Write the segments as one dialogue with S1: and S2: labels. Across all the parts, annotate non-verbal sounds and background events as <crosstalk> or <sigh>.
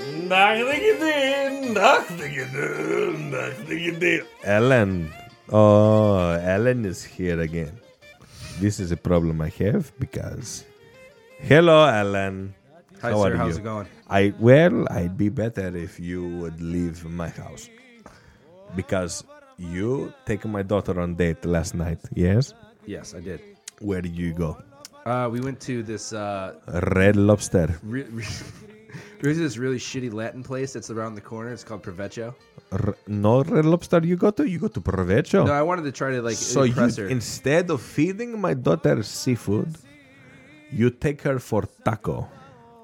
S1: Aklı gidin, aklı gidin, aklı gidin.
S2: Ellen. Oh, Ellen is here again. This is a problem I have because. Hello, Ellen.
S3: Hi,
S2: How
S3: sir.
S2: are
S3: How's
S2: you?
S3: it going?
S2: I well, I'd be better if you would leave my house because you take my daughter on date last night. Yes.
S3: Yes, I did.
S2: Where did you go?
S3: Uh, we went to this uh, <laughs>
S2: Red Lobster.
S3: re- re- we went to this really shitty Latin place that's around the corner. It's called Provecho.
S2: R- no Red Lobster. You go to? You go to Provecho.
S3: No, I wanted to try to like
S2: Oh. so you,
S3: impress her.
S2: instead of feeding my daughter seafood, you take her for taco.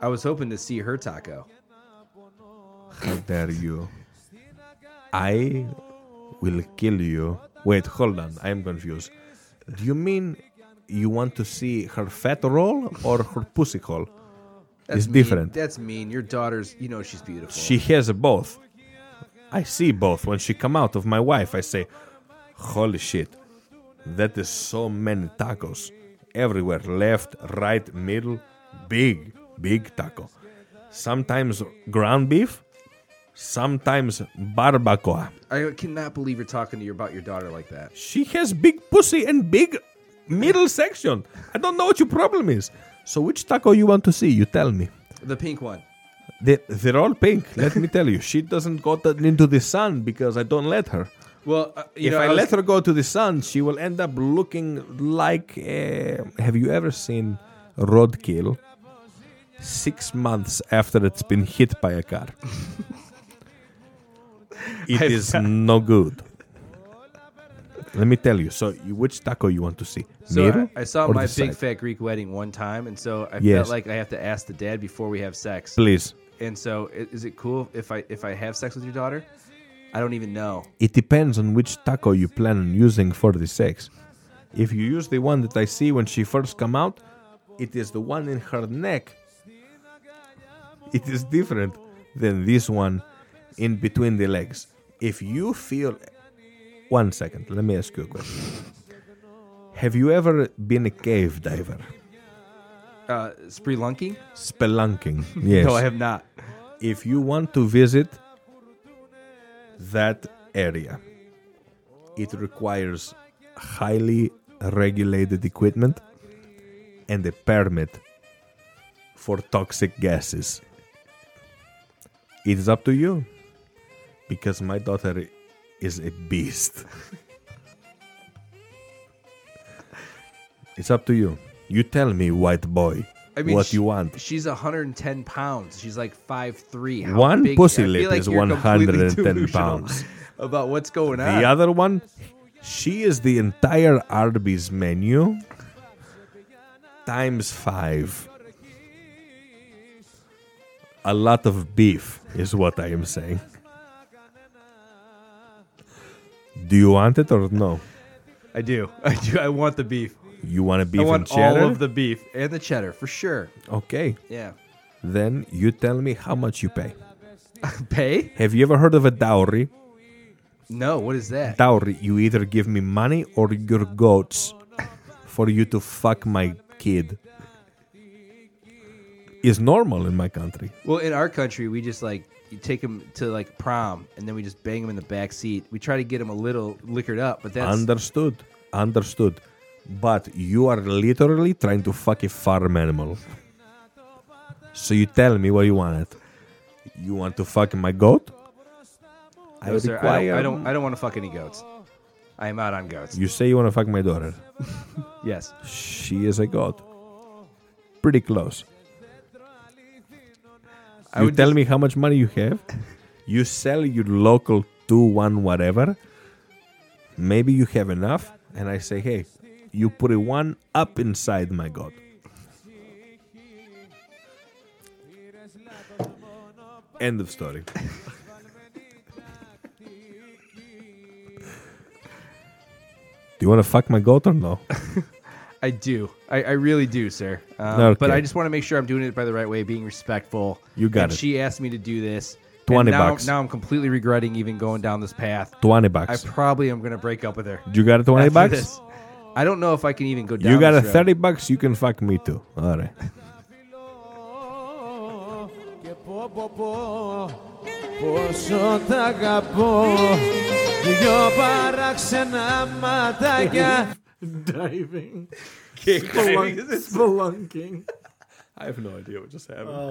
S3: I was hoping to see her taco.
S2: How dare you? I will kill you. Wait, hold on. I'm confused. Do you mean you want to see her fat roll or her pussy hole? it's
S3: mean.
S2: different.
S3: That's mean. Your daughter's, you know, she's beautiful.
S2: She has both. I see both. When she come out of my wife, I say, "Holy shit, that is so many tacos everywhere, left, right, middle, big, big taco. Sometimes ground beef, sometimes barbacoa.
S3: I cannot believe you're talking to you about your daughter like that.
S2: She has big pussy and big middle section. I don't know what your problem is. So which taco you want to see? You tell me."
S3: The pink one.
S2: They, they're all pink. Let me tell you, she doesn't go to, into the sun because I don't let her.
S3: Well, uh, you
S2: if
S3: know,
S2: I,
S3: was-
S2: let her go to the sun, she will end up looking like. Uh, have you ever seen roadkill? Six months after it's been hit by a
S3: <laughs>
S2: car, it is no good. Let me tell you. So, you, which taco you want to see?
S3: So
S2: Middle
S3: I, I saw
S2: or
S3: my
S2: the
S3: big
S2: side?
S3: fat Greek wedding one time, and so I
S2: Yes.
S3: felt like I have to ask the dad before we have sex.
S2: Please,
S3: And so, i- is it cool if I if I have sex with your daughter? I don't even know.
S2: it depends on which taco you plan on using for the sex. If you use the one that I see when she first come out, it is the one in her neck. It is different than this one in between the legs. If you feel one second, let me ask you a question. Have you ever been a cave diver?
S3: Uh, spelunking?
S2: Spelunking.
S3: <laughs>
S2: Yes.
S3: No, I have not.
S2: if you want to visit that area, it requires highly regulated equipment and a permit for toxic gases. It is up to you because my daughter is a beast. <laughs> it's up to you. You tell me, white boy,
S3: I mean,
S2: what
S3: she-
S2: you want.
S3: She's 110 pounds. She's like 5'3". How
S2: One
S3: big-
S2: pussy
S3: I feel
S2: lip
S3: like
S2: is
S3: you're
S2: 110
S3: completely <laughs> delusional
S2: pounds.
S3: About what's going on?
S2: The other one, she is the entire Arby's menu times five. A lot of beef is what I am saying. Do you want it or no?
S3: I do. <laughs> I do. I want the beef.
S2: You want a beef
S3: I want
S2: and cheddar?
S3: all of the beef and the cheddar for sure.
S2: okay,
S3: Yeah. <laughs>
S2: then you tell me how much you pay.
S3: Pay?
S2: Have you ever heard of a dowry?
S3: No. What is that?
S2: Dowry, you either give me money or your goats for you to fuck my kid. Is normal in my country.
S3: Well, in our country, we just like you take them to like prom, and then we just bang them in the back seat. We try to get them a little liquored up, but that's
S2: Understood. Understood. But you are literally trying to fuck a farm animal. So you tell me what you want. You want to fuck my goat?
S3: No, sir, I, don't, I don't. I don't want to fuck any goats. I am out on goats.
S2: You say you want to fuck my daughter.
S3: Yes.
S2: She is a goat. Pretty close.
S3: I
S2: you
S3: would
S2: tell
S3: just-
S2: me how much money you
S3: <laughs>
S2: have. You sell your local two one whatever. Maybe you have enough, and I say, hey, you put a one up inside my god. End of
S3: <laughs>
S2: story. Do you want to fuck my goat or
S3: <laughs>
S2: no?
S3: I do. I, I really do, sir. Um,
S2: Okay.
S3: But I just want to make sure I'm doing it by the right way, being respectful.
S2: You got
S3: and
S2: it.
S3: She asked me to do this. and
S2: 20
S3: now,
S2: bucks.
S3: Now I'm completely regretting even going down this path.
S2: 20
S3: I
S2: bucks.
S3: probably am going to break up with her.
S2: you got 20
S3: after
S2: bucks?
S3: this. I don't know if I can even go down.
S2: You got a
S3: this road.
S2: 30 bucks, you can fuck me too. All right.
S4: πω πω Πόσο τ' αγαπώ Δυο παράξενα ματάκια
S5: Diving.
S1: Cake diving.
S5: Spelunking.
S1: I have no idea what just happened.